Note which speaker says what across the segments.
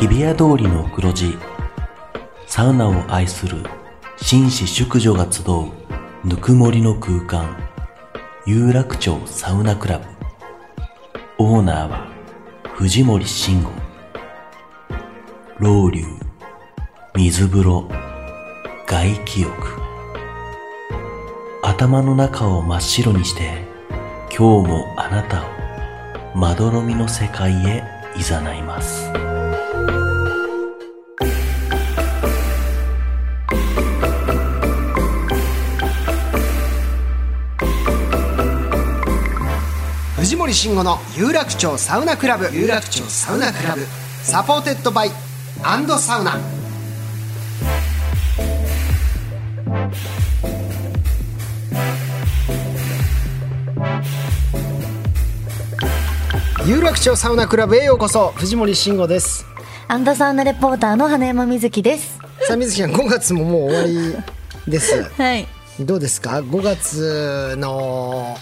Speaker 1: 日比谷通りの黒字サウナを愛する紳士淑女が集うぬくもりの空間有楽町サウナクラブオーナーは藤森慎吾老流水風呂外気浴頭の中を真っ白にして今日もあなたをまどろみの世界へ誘います
Speaker 2: 藤森慎吾の有楽町サウナクラブ有楽町サウナクラブサポーテッドバイアンドサウナ有楽町サウナクラブへようこそ藤森慎吾です
Speaker 3: アンドサウナレポーターの花山瑞希です。
Speaker 2: さあ水木ちゃん5月ももう終わりです
Speaker 3: はい。
Speaker 2: どうですか5月の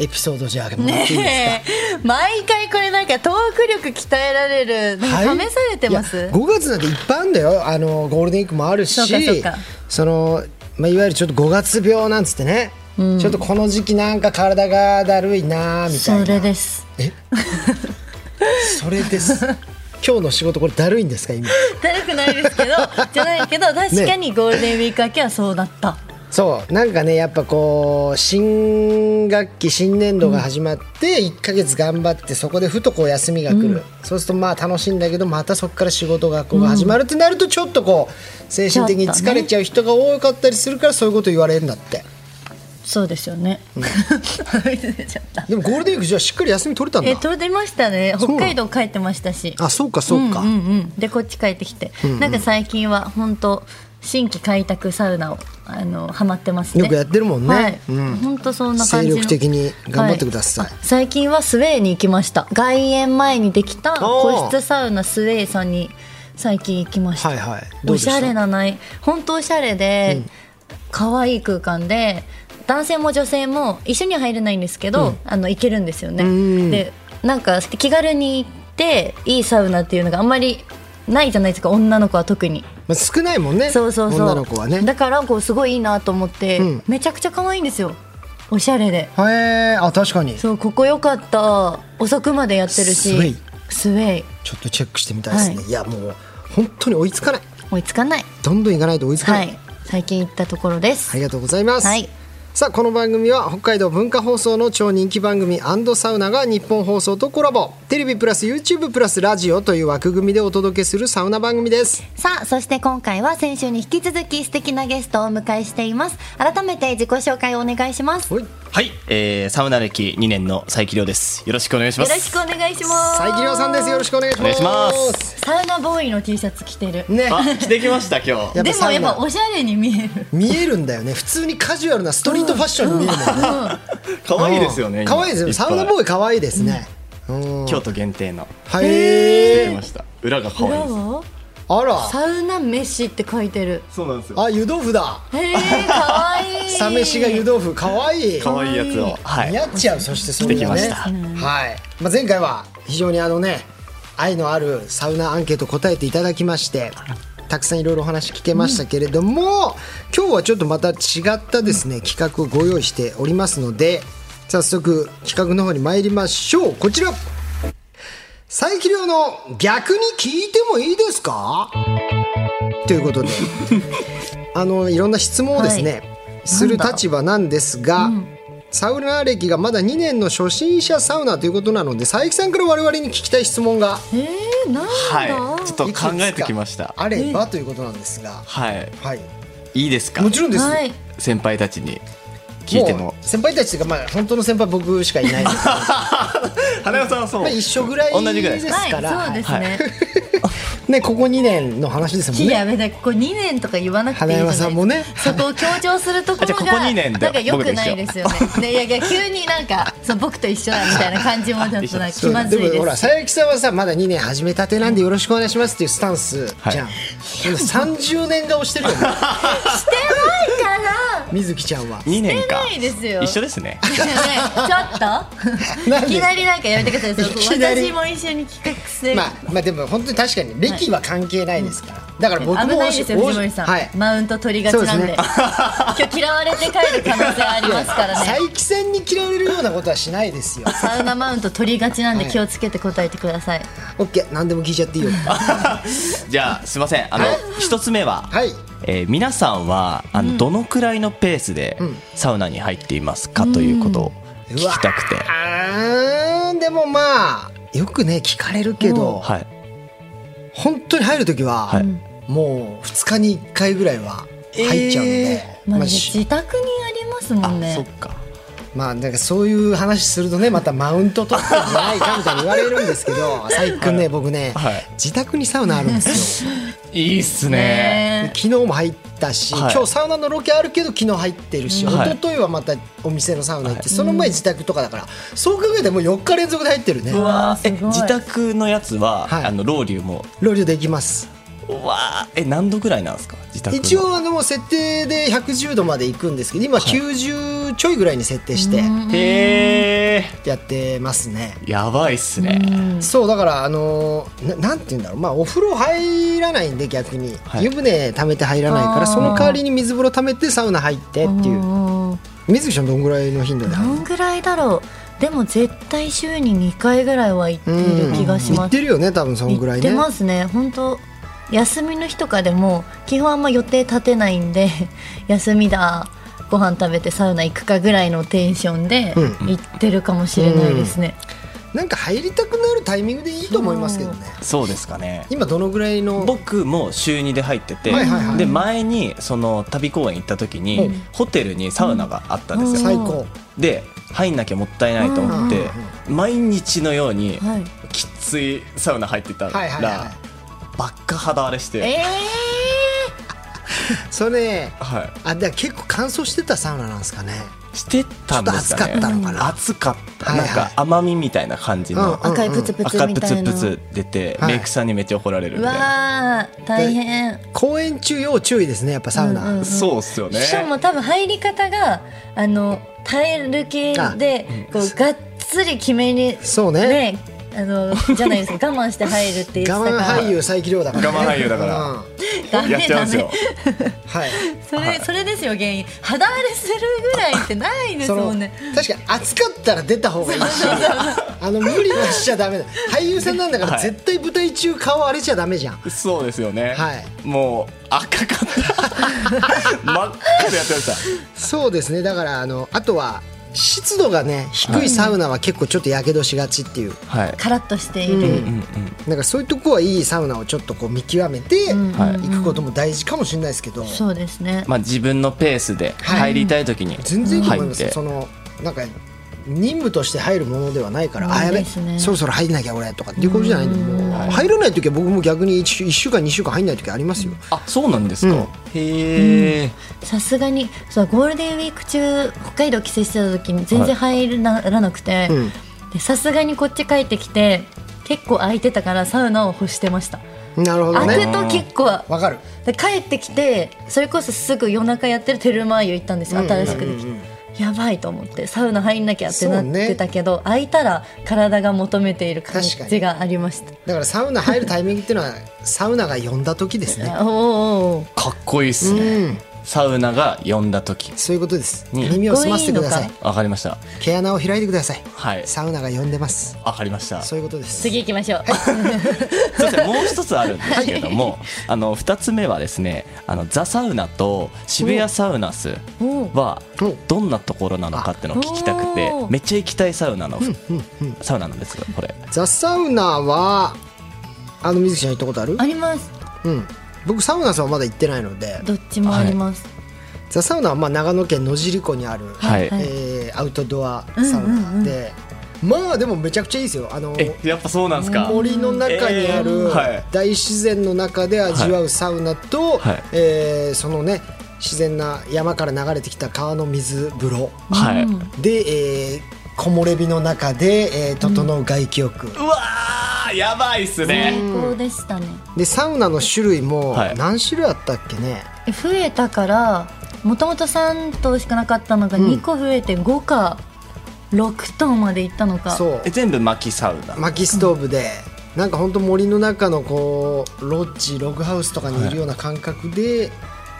Speaker 2: エピソードじゃあもらっていいですか、
Speaker 3: ええ、毎回これなんかトーク力鍛えられる、な
Speaker 2: は
Speaker 3: ん
Speaker 2: い
Speaker 3: か試されてま
Speaker 2: いや
Speaker 3: す。
Speaker 2: 5月なんていっぱいあるんだよあのゴールデンウィークもある
Speaker 3: そうかそう
Speaker 2: し
Speaker 3: か
Speaker 2: その、まあ、いわゆるちょっと5月病なんつってね、ちょっとこの時期なんか体がだるいなーみたいな
Speaker 3: です。
Speaker 2: えそれ です今日の仕事これだるいんですか今
Speaker 3: だるくないですけど、じゃないけど、確かにゴールデンウィーク明けはそうだった。
Speaker 2: そうなんかねやっぱこう新学期新年度が始まって1か月頑張ってそこでふとこう休みが来る、そうするとまあ楽しいんだけどまたそこから仕事学校が始まるってなるとちょっとこう精神的に疲れちゃう人が多かったりするからそういうこと言われるんだって
Speaker 3: そうですよね。出ちゃった。
Speaker 2: でもゴールデンウィークじゃあしっかり休み取れたんだ、
Speaker 3: え、取れましたね。
Speaker 2: うな
Speaker 3: 北
Speaker 2: の
Speaker 3: 海道帰ってましたし。
Speaker 2: あそうかそうか、
Speaker 3: うんうん、でこっち帰ってきて、なんか最近は本当新規開拓サウナをあのハマってますね
Speaker 2: よくやってるもんね
Speaker 3: はい
Speaker 2: うん
Speaker 3: 本当、そんな感じの
Speaker 2: 精力的に頑張ってください
Speaker 3: あ最近はスウェイに行きました外苑前にできた個室サウナスウェイさんに最近行きました、
Speaker 2: はいはいどうで
Speaker 3: お
Speaker 2: し
Speaker 3: したゃれなない本当おしゃれで、可愛い空間で男性も女性も一緒には入れないんですけど、あの行けるんですよね、
Speaker 2: ん
Speaker 3: でなんか気軽に行っていいサウナっていうのがあんまりないじゃないですか女の子は特に
Speaker 2: まあ、少ないもんね
Speaker 3: そうそうそう
Speaker 2: 女の子はね
Speaker 3: だからこうすごいいいなと思って、
Speaker 2: うん
Speaker 3: めちゃくちゃ可愛いんですよおしゃれで
Speaker 2: へえあ確かにちょ
Speaker 3: そうここ良かった遅くまでやってるし
Speaker 2: スウェイ
Speaker 3: スウェイ
Speaker 2: っとチェックしてみたいですね、
Speaker 3: はい
Speaker 2: いやもう本当に追いつかない
Speaker 3: 追いつかない
Speaker 2: どんどん行かないと追いつかな、
Speaker 3: はいい最近行ったところです
Speaker 2: ありがとうございます、
Speaker 3: はい
Speaker 2: さあこの番組は北海道文化放送の超人気番組サウナが日本放送とコラボテレビプラス YouTube プラスラジオという枠組みでお届けするサウナ番組です
Speaker 3: さあそして今回は先週に引き続き素敵なゲストをお迎えしています改めて自己紹介をお願いしますよ
Speaker 2: い
Speaker 4: はい、えー、サウナ歴2年の佐伯亮です。よろしくお願いしま
Speaker 3: ろ
Speaker 4: す。
Speaker 3: しくお願いします
Speaker 2: 佐伯亮さんですよろしくお願いします
Speaker 4: お願いします
Speaker 3: サウナボーイの T シャツ着てる
Speaker 2: ね
Speaker 4: あ、来てきました今日。
Speaker 2: やっぱ
Speaker 3: で
Speaker 2: サ
Speaker 3: も
Speaker 2: ウナ
Speaker 3: やっぱおしゃれに見える
Speaker 2: 見えるんだよね普通にカジュアルなストリートファッションに見えるもんね、
Speaker 4: 可愛いですよね。
Speaker 2: 可愛いですよサウナボーイ可愛いですね、うん
Speaker 4: イ京都限定の
Speaker 2: はい、
Speaker 4: 来てました。裏が可愛い
Speaker 3: 裏
Speaker 4: です。
Speaker 3: は
Speaker 2: あら
Speaker 3: サウナ飯って書いてる
Speaker 4: そうなんですよ。
Speaker 2: あ湯豆腐だ
Speaker 3: へえ可愛い
Speaker 2: サ飯が湯豆腐可愛い
Speaker 4: 可愛いやつを。は
Speaker 2: 似
Speaker 4: い。
Speaker 2: 合っちゃう、そしてそれがね
Speaker 4: してきま
Speaker 2: はい、まあ、前回は非常にあのね愛のあるサウナアンケート答えていただきましてたくさんいろいろお話聞けましたけれども、今日はちょっとまた違ったですね企画をご用意しておりますので早速企画の方に参りましょうこちら佐伯亮の逆に聞いてもいいですかという ことであのいろんな質問をですね、
Speaker 3: は
Speaker 2: する立場なんですが、サウナ歴がまだ2年の初心者サウナということなので佐伯さんから我々に聞きたい質問が
Speaker 3: えー、なんだ、
Speaker 4: はい。ちょっと
Speaker 2: いくつか
Speaker 4: 考えてきました。
Speaker 2: あればということなんですが、
Speaker 4: はい。
Speaker 2: はい、
Speaker 4: いいですか
Speaker 2: も。ちろんです、
Speaker 3: はい
Speaker 4: 先輩たちに聞いて
Speaker 2: も
Speaker 4: も
Speaker 2: う。先輩たちというか、まあ、本当の先輩僕しかいないのでま
Speaker 4: 花代さんはそう。
Speaker 2: あ一緒ぐらい
Speaker 4: 同じぐらい
Speaker 2: で
Speaker 4: ですす
Speaker 2: か
Speaker 4: か。
Speaker 3: はい
Speaker 2: ら
Speaker 3: そうですね、
Speaker 4: はい
Speaker 2: ねここ2年の話ですもん
Speaker 3: いや
Speaker 2: ね
Speaker 3: めだここ2年とか言わなくていいじゃな
Speaker 2: 花山
Speaker 3: い
Speaker 2: さんもね
Speaker 3: そこを強調するところ
Speaker 4: あじゃあここ
Speaker 3: が
Speaker 4: 2年で
Speaker 3: なんか良くないですよねねいやいや急になんかそう僕と一緒だみたいな感じもちょっとなんか気
Speaker 2: そう
Speaker 3: まずい
Speaker 2: で
Speaker 3: で
Speaker 2: もほら
Speaker 3: す
Speaker 2: 佐伯さんはさまだ2年始めたてなんでよろしくお願いしますっていうスタンスじゃん、30年顔してるよね
Speaker 3: してないから
Speaker 2: 水木ちゃんは
Speaker 4: 2年か
Speaker 3: してないですよ
Speaker 4: 一緒ですね
Speaker 3: ねちょっ
Speaker 2: なん
Speaker 3: と
Speaker 2: で
Speaker 3: いきなりなんかやめてください
Speaker 2: い
Speaker 3: そ
Speaker 2: き
Speaker 3: う
Speaker 2: なり
Speaker 3: 私も一緒に企画す る、
Speaker 2: まあまあでも本当に確かに歴は関係ないですから、だから僕も
Speaker 3: 危ないですよ
Speaker 2: お
Speaker 3: 藤森さん、
Speaker 2: はい
Speaker 3: マウント取りがちなんで
Speaker 2: そうですね
Speaker 3: 今日嫌われて帰る可能性あります からね
Speaker 2: 佐伯さんに嫌われるようなことはしないです よ
Speaker 3: サウナマウント取りがちなん
Speaker 2: は
Speaker 3: で
Speaker 2: い
Speaker 3: 気をつけて答えてください、
Speaker 2: オッケー何でも聞いちゃっていい よ
Speaker 4: じゃあすいませんあの一つ目は、
Speaker 2: はい
Speaker 4: えー皆さんはあの、どのくらいのペースでサウナに入っていますか、ということを聞きたくて、
Speaker 2: あーでもまあよくね聞かれるけど
Speaker 4: はい
Speaker 2: 本当に入る時は、
Speaker 4: はい
Speaker 2: もう2日に1回ぐらいは入っちゃうんで、
Speaker 3: まあ、
Speaker 2: まあし
Speaker 3: 自宅にありますもん
Speaker 4: あそ
Speaker 3: ね
Speaker 4: っか
Speaker 2: まあなんかそういう話するとねまたマウント取ってんじゃないかみたいに言われるんですけど佐伯君ね僕ね、
Speaker 4: はい
Speaker 2: 自宅にサウナあるん ですよ
Speaker 4: いいっすね
Speaker 3: ね
Speaker 2: 昨日も入ったし、
Speaker 4: はい
Speaker 2: 今日サウナのロケあるけど昨日入ってるし、
Speaker 4: うんはい
Speaker 2: 一昨日はまたお店のサウナ行って、その前自宅とかだから、そう考えてもう4日連続で入ってるね
Speaker 4: うわーえ
Speaker 3: すごい
Speaker 4: 自宅のやつは、
Speaker 2: はい
Speaker 4: あのロウリュも
Speaker 2: ロリュできます
Speaker 4: うわーえ何度ぐらいなんですか自宅の
Speaker 2: 一応あの設定で110度まで行くんですけど今90ちょいぐらいに設定して
Speaker 4: へえ
Speaker 2: やってますね、
Speaker 4: やばいっすね
Speaker 2: そうだからあのななんて言うんだろうまあお風呂入らないんで逆に、
Speaker 4: はい
Speaker 2: 湯船溜めて入らないから
Speaker 3: あー
Speaker 2: その代わりに水風呂溜めてサウナ入ってっていう
Speaker 3: うんうん
Speaker 2: 水木ちゃんどんぐらいの頻度で
Speaker 3: ど
Speaker 2: 入る
Speaker 3: んぐらいだろうでも絶対週に2回ぐらいは行ってる気がし
Speaker 2: 行
Speaker 3: ま
Speaker 2: っ
Speaker 3: す、
Speaker 2: てるよね多分そんぐら
Speaker 3: 行
Speaker 2: い
Speaker 3: って
Speaker 2: ね
Speaker 3: ますね本当休みの日とかでも基本あんま予定立てないんで 休みだご飯食べてサウナ行くかぐらいのテンションで
Speaker 2: うん
Speaker 3: 行ってるかもしれないですね、
Speaker 2: なんか入りたくなるタイミングでいいと思いますけどね
Speaker 4: そうですかね
Speaker 2: 今どのぐらいの
Speaker 4: 僕も週2で入ってて、
Speaker 2: はいはいはい
Speaker 4: で前にその旅公演行った時に、
Speaker 2: うん
Speaker 4: ホテルにサウナがあったんですよ、
Speaker 2: 最高
Speaker 4: で入んなきゃもったいないと思って、毎日のように、
Speaker 3: はい
Speaker 4: きついサウナ入ってたら、
Speaker 2: はいはいはい
Speaker 4: ばっか肌荒れして、
Speaker 3: え
Speaker 2: それね
Speaker 4: は
Speaker 2: あだから結構乾燥してたサウナなんですかね
Speaker 4: い、してたんですかね
Speaker 2: ちょっと暑かったのかな
Speaker 4: 暑かった、
Speaker 2: はいはい
Speaker 4: なんか甘みみたいな感じの、
Speaker 2: うん
Speaker 3: ー、赤いプツプツ
Speaker 4: 赤
Speaker 3: み
Speaker 4: プ
Speaker 3: た
Speaker 4: ツ
Speaker 3: いな
Speaker 4: プツ出て、
Speaker 2: はい
Speaker 4: メイクさんにめっちゃ怒られる
Speaker 3: う
Speaker 4: みたいな、
Speaker 3: わー大変
Speaker 2: 公演中要注意ですねやっぱサウナ、
Speaker 3: うんうん
Speaker 4: そうっすよね
Speaker 3: しかも多分入り方があの耐える系でこうがっつり決めに
Speaker 2: そうね
Speaker 3: ねあのじゃないで すか我慢して入るって言ってた
Speaker 2: 我
Speaker 3: から
Speaker 2: 慢俳優佐伯亮だから、ね、
Speaker 4: 我慢俳優だから
Speaker 2: うん
Speaker 3: ダメ
Speaker 4: やっちゃうんですよ
Speaker 3: ダ
Speaker 2: はい
Speaker 3: メそれそれですよ原因肌荒れするぐらいってないです
Speaker 2: その
Speaker 3: もん
Speaker 2: 確
Speaker 3: ね
Speaker 2: かに暑かったら出た方がいいしあの無理はしちゃダメだ俳優さんなんだから
Speaker 4: はい
Speaker 2: 絶対舞台中顔荒れちゃダメじゃん
Speaker 4: そうですよね、
Speaker 2: はい
Speaker 4: もう赤 かった真っ赤でやってまし
Speaker 2: そうですねだからあのあとは湿度がね低いサウナは結構ちょっとやけどしがちっていう、
Speaker 4: たはい
Speaker 3: カラッとしている、
Speaker 4: うんうん
Speaker 2: だからそういうとこはいいサウナをちょっとこう見極めて
Speaker 4: はい
Speaker 2: 行くことも大事かもしれないですけど、
Speaker 3: そうですね、
Speaker 4: まあ自分のペースで入りたい時に
Speaker 2: 全然いいと思い
Speaker 4: 入
Speaker 2: ま
Speaker 4: っ
Speaker 2: す、
Speaker 4: て
Speaker 2: そのなんか任務として入るものではないから、あや
Speaker 3: い
Speaker 2: べ
Speaker 3: いですね
Speaker 2: そろそろ入んなきゃ俺とかっていうことじゃないんでもう入らない時は僕も逆に 1, 週一週間2週間入んない時ありますよ、
Speaker 4: あそうなんですか、
Speaker 2: うん
Speaker 4: へえ、
Speaker 3: さすがにそうゴールデンウィーク中北海道帰省してた時に全然入らなくて
Speaker 2: うん
Speaker 3: でさすがにこっち帰ってきて結構空いてたからサウナを干してました
Speaker 2: なるほど
Speaker 3: 開
Speaker 2: ね
Speaker 3: くと結構
Speaker 2: わかる
Speaker 3: で帰ってきてそれこそすぐ夜中やってるテルマー湯行ったんですよ新しくできて、やばいと思ってサウナ入んなきゃってなっ
Speaker 2: そうね
Speaker 3: てたけど、空いたら体が求めている感
Speaker 2: 確かに
Speaker 3: じがありました
Speaker 2: だからサウナ入るタイミングっていうのはサウナが呼んだ時ですね
Speaker 3: あおーおーおー
Speaker 4: かっこいいっすね、
Speaker 2: うん
Speaker 4: サウナが呼んだ時
Speaker 2: そういうことです
Speaker 4: うん
Speaker 2: 耳を澄ませてください
Speaker 3: かっ
Speaker 4: わかりました
Speaker 2: 毛穴を開いてください
Speaker 4: はい
Speaker 2: サウナが呼んでます
Speaker 4: わかりました
Speaker 2: そういうことです
Speaker 3: 次行きましょう、
Speaker 4: そしてもう一つあるんですけれども、あの二つ目はですね、あのザサウナと渋谷サウナスは
Speaker 2: おお
Speaker 4: どんなところなのかってのを聞きたくて
Speaker 3: お、
Speaker 4: めっちゃ行きたいサウナのサウナなんですよこれ。
Speaker 2: ザ・サウナはあの水木ちゃん行ったことある
Speaker 3: あります
Speaker 2: うん僕サウナさんはまだ行ってないので
Speaker 3: どっちもあります、
Speaker 2: ザ・サウナはまあ長野県野尻湖にある、
Speaker 4: はい。
Speaker 3: はい
Speaker 2: えーアウトドアサウナで、まあでもめちゃくちゃいいですよあの
Speaker 4: えやっぱそうなんですか
Speaker 2: 森の中にあ
Speaker 4: うんえ
Speaker 2: る
Speaker 4: ーはい
Speaker 2: 大自然の中で味わうサウナと、
Speaker 4: はい
Speaker 2: えーそのね自然な山から流れてきた川の水風呂
Speaker 4: はい、う
Speaker 2: で、えー、木漏れ日の中で、えー整う外気浴、
Speaker 4: わーやばいっすね、
Speaker 3: 最高でしたね
Speaker 2: でサウナの種類も
Speaker 4: はい
Speaker 2: 何種類あったっけね、
Speaker 3: え増えたからもともと3頭しかなかったのが
Speaker 2: うん
Speaker 3: 2個増えて5か6頭までいったのか、
Speaker 2: そう
Speaker 4: え全部薪サウナ
Speaker 2: 薪ストーブで、なんか本当森の中のこうロッジログハウスとかにいるような感覚で、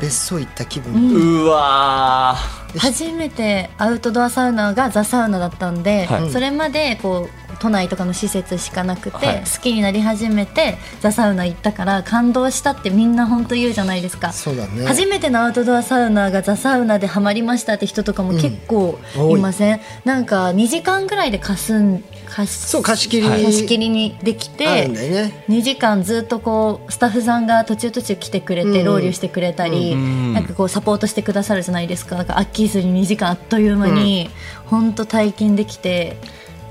Speaker 2: 別荘行った気分、
Speaker 3: うん
Speaker 4: うわー
Speaker 3: 初めてアウトドアサウナがザ・サウナだったんで、
Speaker 4: はい
Speaker 3: それまでこう都内とかの施設しかなくて、
Speaker 4: はい
Speaker 3: 好きになり始めてザ・サウナ行ったから感動したってみんな本当言うじゃないですか、
Speaker 2: そうだね
Speaker 3: 初めてのアウトドアサウナがザ・サウナでハマりましたって人とかも結構
Speaker 2: うん多い
Speaker 3: いません、なんか2時間ぐらいで貸すん貸し
Speaker 2: そう貸し切り
Speaker 3: 貸し切りにでき
Speaker 2: あ
Speaker 3: て
Speaker 2: るんだよね
Speaker 3: 2時間ずっとこうスタッフさんが途中途中来てくれ
Speaker 2: うんう
Speaker 3: て
Speaker 2: ん
Speaker 3: ロウリュしてくれたり、
Speaker 4: ん
Speaker 3: なんかこうサポートしてくださるじゃないですかなんか飽きずに2時間あっという間に本当体験できて、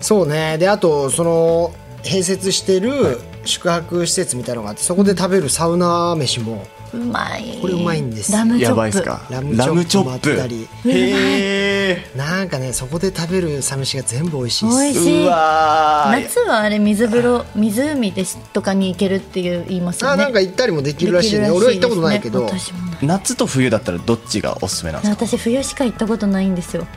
Speaker 2: そうねであとその併設してる宿泊施設みたいなのがあってそこで食べるサウナ飯も
Speaker 3: うまい
Speaker 2: これうまいんですよ
Speaker 3: ラムチョップ
Speaker 4: やばいっすか
Speaker 2: ラムチョップ
Speaker 4: ラ
Speaker 2: もあった
Speaker 4: ムチ
Speaker 2: り
Speaker 4: ョップへえ
Speaker 2: なんかねそこで食べるサ飯が全部美味しい
Speaker 3: 美
Speaker 2: で
Speaker 3: 味
Speaker 2: す
Speaker 3: しいう
Speaker 4: わー
Speaker 3: 夏はあれ水風呂湖でしとかに行けるっていう言いますよね
Speaker 2: あなんか行ったりもできるらしいね
Speaker 3: できる
Speaker 2: 俺
Speaker 3: ら
Speaker 2: は
Speaker 3: し
Speaker 2: 行った
Speaker 3: いで
Speaker 2: こ
Speaker 3: す
Speaker 2: とないけど
Speaker 3: ね、私もない
Speaker 4: 夏と冬だったらどっちがおすすめなんですか
Speaker 3: 私冬しか行ったことないんですよ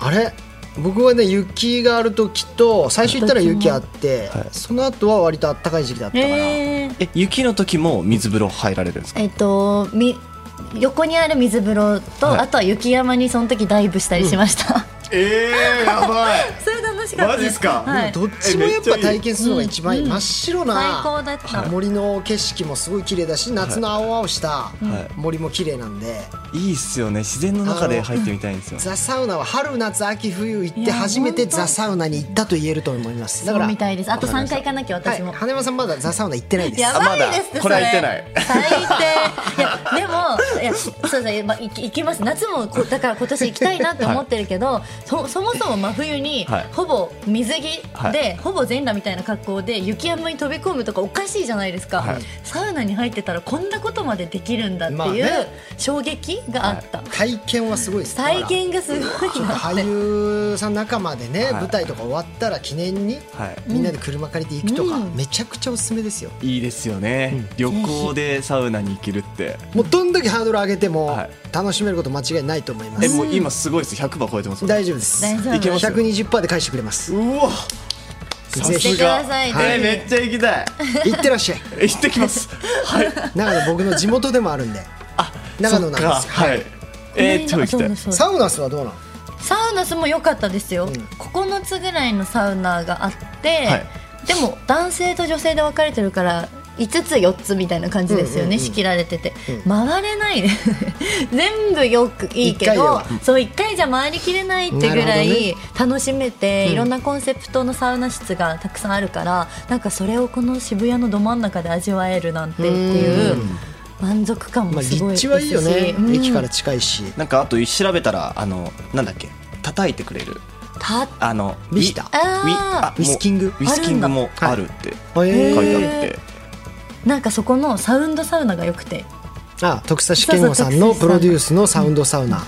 Speaker 2: あれ僕はね雪がある時と最初行ったら雪あって、
Speaker 4: はい
Speaker 2: その後は割とあったかい時期だったから、
Speaker 3: えー
Speaker 4: え雪の時も水風呂入られるんですか
Speaker 3: えっとみ横にある水風呂と、
Speaker 4: はい
Speaker 3: あとは雪山にその時ダイブしたりしました、
Speaker 4: ええやばい
Speaker 3: それ楽しかった
Speaker 4: マジっすか
Speaker 3: はい、
Speaker 2: どっちもやっぱ体験するのが一番いい、
Speaker 3: うん
Speaker 2: 真っ白な
Speaker 3: 最高だった、
Speaker 2: 森の景色もすごい綺麗だし夏の青々した
Speaker 4: は
Speaker 2: 森も綺麗なんで、
Speaker 4: いいっすよね自然の中で入ってみたいんですよ
Speaker 2: ザ・サウナは春夏秋冬行っ
Speaker 3: い
Speaker 2: て
Speaker 3: や
Speaker 2: 初めて
Speaker 3: 本当
Speaker 2: ザ・サウナに行ったと言えると思いますだか
Speaker 3: そう
Speaker 2: ら、は
Speaker 3: み
Speaker 2: い、
Speaker 3: たいですあと3回行かなきゃ私も、
Speaker 2: 羽山さんまだザ・サウナ行ってないです
Speaker 3: やばいですって
Speaker 4: あまだこれは行ってない
Speaker 3: それ最低いやでもいやそうそう、まあ、行き行きます夏もこだから今年行きたいなって思ってるけど、そそもそも真冬に、
Speaker 4: はい
Speaker 3: ほぼ水着で、
Speaker 4: はい
Speaker 3: ほぼ全裸みたいな格好で雪山に飛び込むとかおかしいじゃないですか、
Speaker 4: はい
Speaker 3: サウナに入ってたらこんなことまでできるんだって
Speaker 2: まあ
Speaker 3: いう
Speaker 2: ね
Speaker 3: 衝撃があった、
Speaker 2: 体験はすごいです
Speaker 3: 体験がすごい
Speaker 2: だ
Speaker 3: な
Speaker 2: から
Speaker 3: っ
Speaker 2: 俳
Speaker 3: て
Speaker 2: 優さん仲間でね、
Speaker 4: はい
Speaker 2: 舞台とか終わったら記念に
Speaker 4: はい
Speaker 2: みんなで車借りて行くとか、
Speaker 3: うん
Speaker 2: めちゃくちゃおすすめですよ
Speaker 4: いいですよね、旅行でサウナに行けるって
Speaker 2: もうどんだけハードル上げても
Speaker 4: はい
Speaker 2: 楽しめること間違いないと思いま
Speaker 4: え
Speaker 2: す、
Speaker 4: もう今すごいです100超えてます
Speaker 2: 大丈夫です
Speaker 3: 大丈夫
Speaker 4: いけますよ
Speaker 2: 120%で返してくれます
Speaker 4: うわ
Speaker 2: ぜ
Speaker 3: して
Speaker 2: ひ
Speaker 3: ください
Speaker 4: え
Speaker 3: ぜひ
Speaker 4: ーめっちゃ行きたい
Speaker 2: 行ってらっしゃい
Speaker 4: 行ってきますはい
Speaker 2: 長野僕の地元でもあるんで
Speaker 4: あ
Speaker 2: 長野なんですよ
Speaker 4: そっかはいえー、超行きたい
Speaker 3: そう
Speaker 2: サウナスはどうなの
Speaker 3: サウナスも良かったですよ、
Speaker 2: ん
Speaker 3: 9つぐらいのサウナがあって、
Speaker 4: はい
Speaker 3: でも男性と女性で分かれてるから5つ4つみたいな感じです
Speaker 2: う
Speaker 3: よね、
Speaker 2: んうんうん
Speaker 3: 仕切られてて、
Speaker 2: うん
Speaker 3: 回れない ね全部よくいい
Speaker 2: 一
Speaker 3: け
Speaker 2: 回で
Speaker 3: ど
Speaker 2: は
Speaker 3: そう1回じゃ回りきれないってぐら
Speaker 2: なるほどね
Speaker 3: い楽しめて、
Speaker 2: うん
Speaker 3: いろんなコンセプトのサウナ室がたくさんあるからなんかそれをこの渋谷のど真ん中で味わえるなんてっていう
Speaker 2: うん
Speaker 3: 満足感
Speaker 2: ま
Speaker 3: も
Speaker 2: あ
Speaker 3: すごい
Speaker 2: 立地は
Speaker 3: ですし、
Speaker 2: いいよね
Speaker 3: うん
Speaker 2: 駅から近いし
Speaker 4: なんかあと調べたらあのなんだっけ叩いてくれる
Speaker 3: た
Speaker 4: あの
Speaker 2: ビスタ
Speaker 4: ウィ
Speaker 3: あー
Speaker 4: あ
Speaker 2: ウィスキング
Speaker 4: もうウィスキングもあるって
Speaker 2: へ
Speaker 4: 書
Speaker 2: ー
Speaker 4: いてあって、
Speaker 3: なんかそこのサウンドサウナが良くて
Speaker 2: あ徳佐健吾さんのプロデュースのサウンドサウナ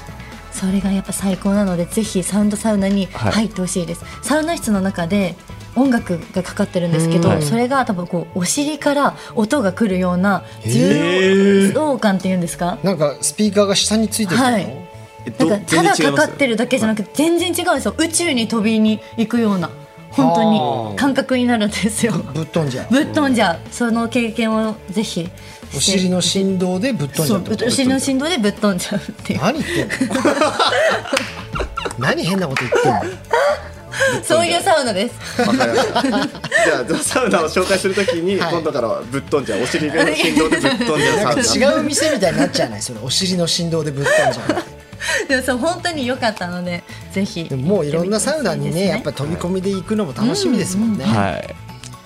Speaker 3: それがやっぱ最高なのでぜひサウンドサウナに
Speaker 4: はい
Speaker 3: 入ってほしいです、サウナ室の中で音楽がかかってるんですけど、
Speaker 2: うん
Speaker 3: それが多分こうお尻から音が来るような
Speaker 4: へ
Speaker 3: 重
Speaker 4: ー
Speaker 3: 動感っていうんですか
Speaker 2: なんかスピーカーが下についてるの、
Speaker 3: はい
Speaker 4: え
Speaker 3: な
Speaker 4: ど
Speaker 3: んかた
Speaker 4: 全
Speaker 3: だ
Speaker 4: 然違
Speaker 3: か
Speaker 4: いま
Speaker 3: か
Speaker 4: す
Speaker 3: ってるだけじゃなくて全然違うんですよ宇宙に飛びに行くような本当
Speaker 4: あー
Speaker 3: に感覚になるんで すよ
Speaker 2: ぶっ飛んじゃう
Speaker 3: ぶっ飛んじゃうその経験をぜひして
Speaker 2: お尻の振動でぶっ飛んじゃうってこ
Speaker 3: そうお尻の振動でぶっ飛んじゃうっていう
Speaker 2: と何言ってんの何変なこと言ってんの
Speaker 3: そういうサウナです
Speaker 4: わかりましたじゃあザサウナを紹介するときに、
Speaker 2: はい
Speaker 4: 今度からはぶっ飛んじゃうお尻の振動でぶっ飛んじゃうサウナ
Speaker 2: 違う店みたいになっちゃわないそれお尻の振動でぶっ飛んじゃう
Speaker 3: でも そう本当に良かったのでぜひ
Speaker 2: でももういろんなサウナにねやっぱ飛び込みで行くのも楽しみですもんね、
Speaker 4: はい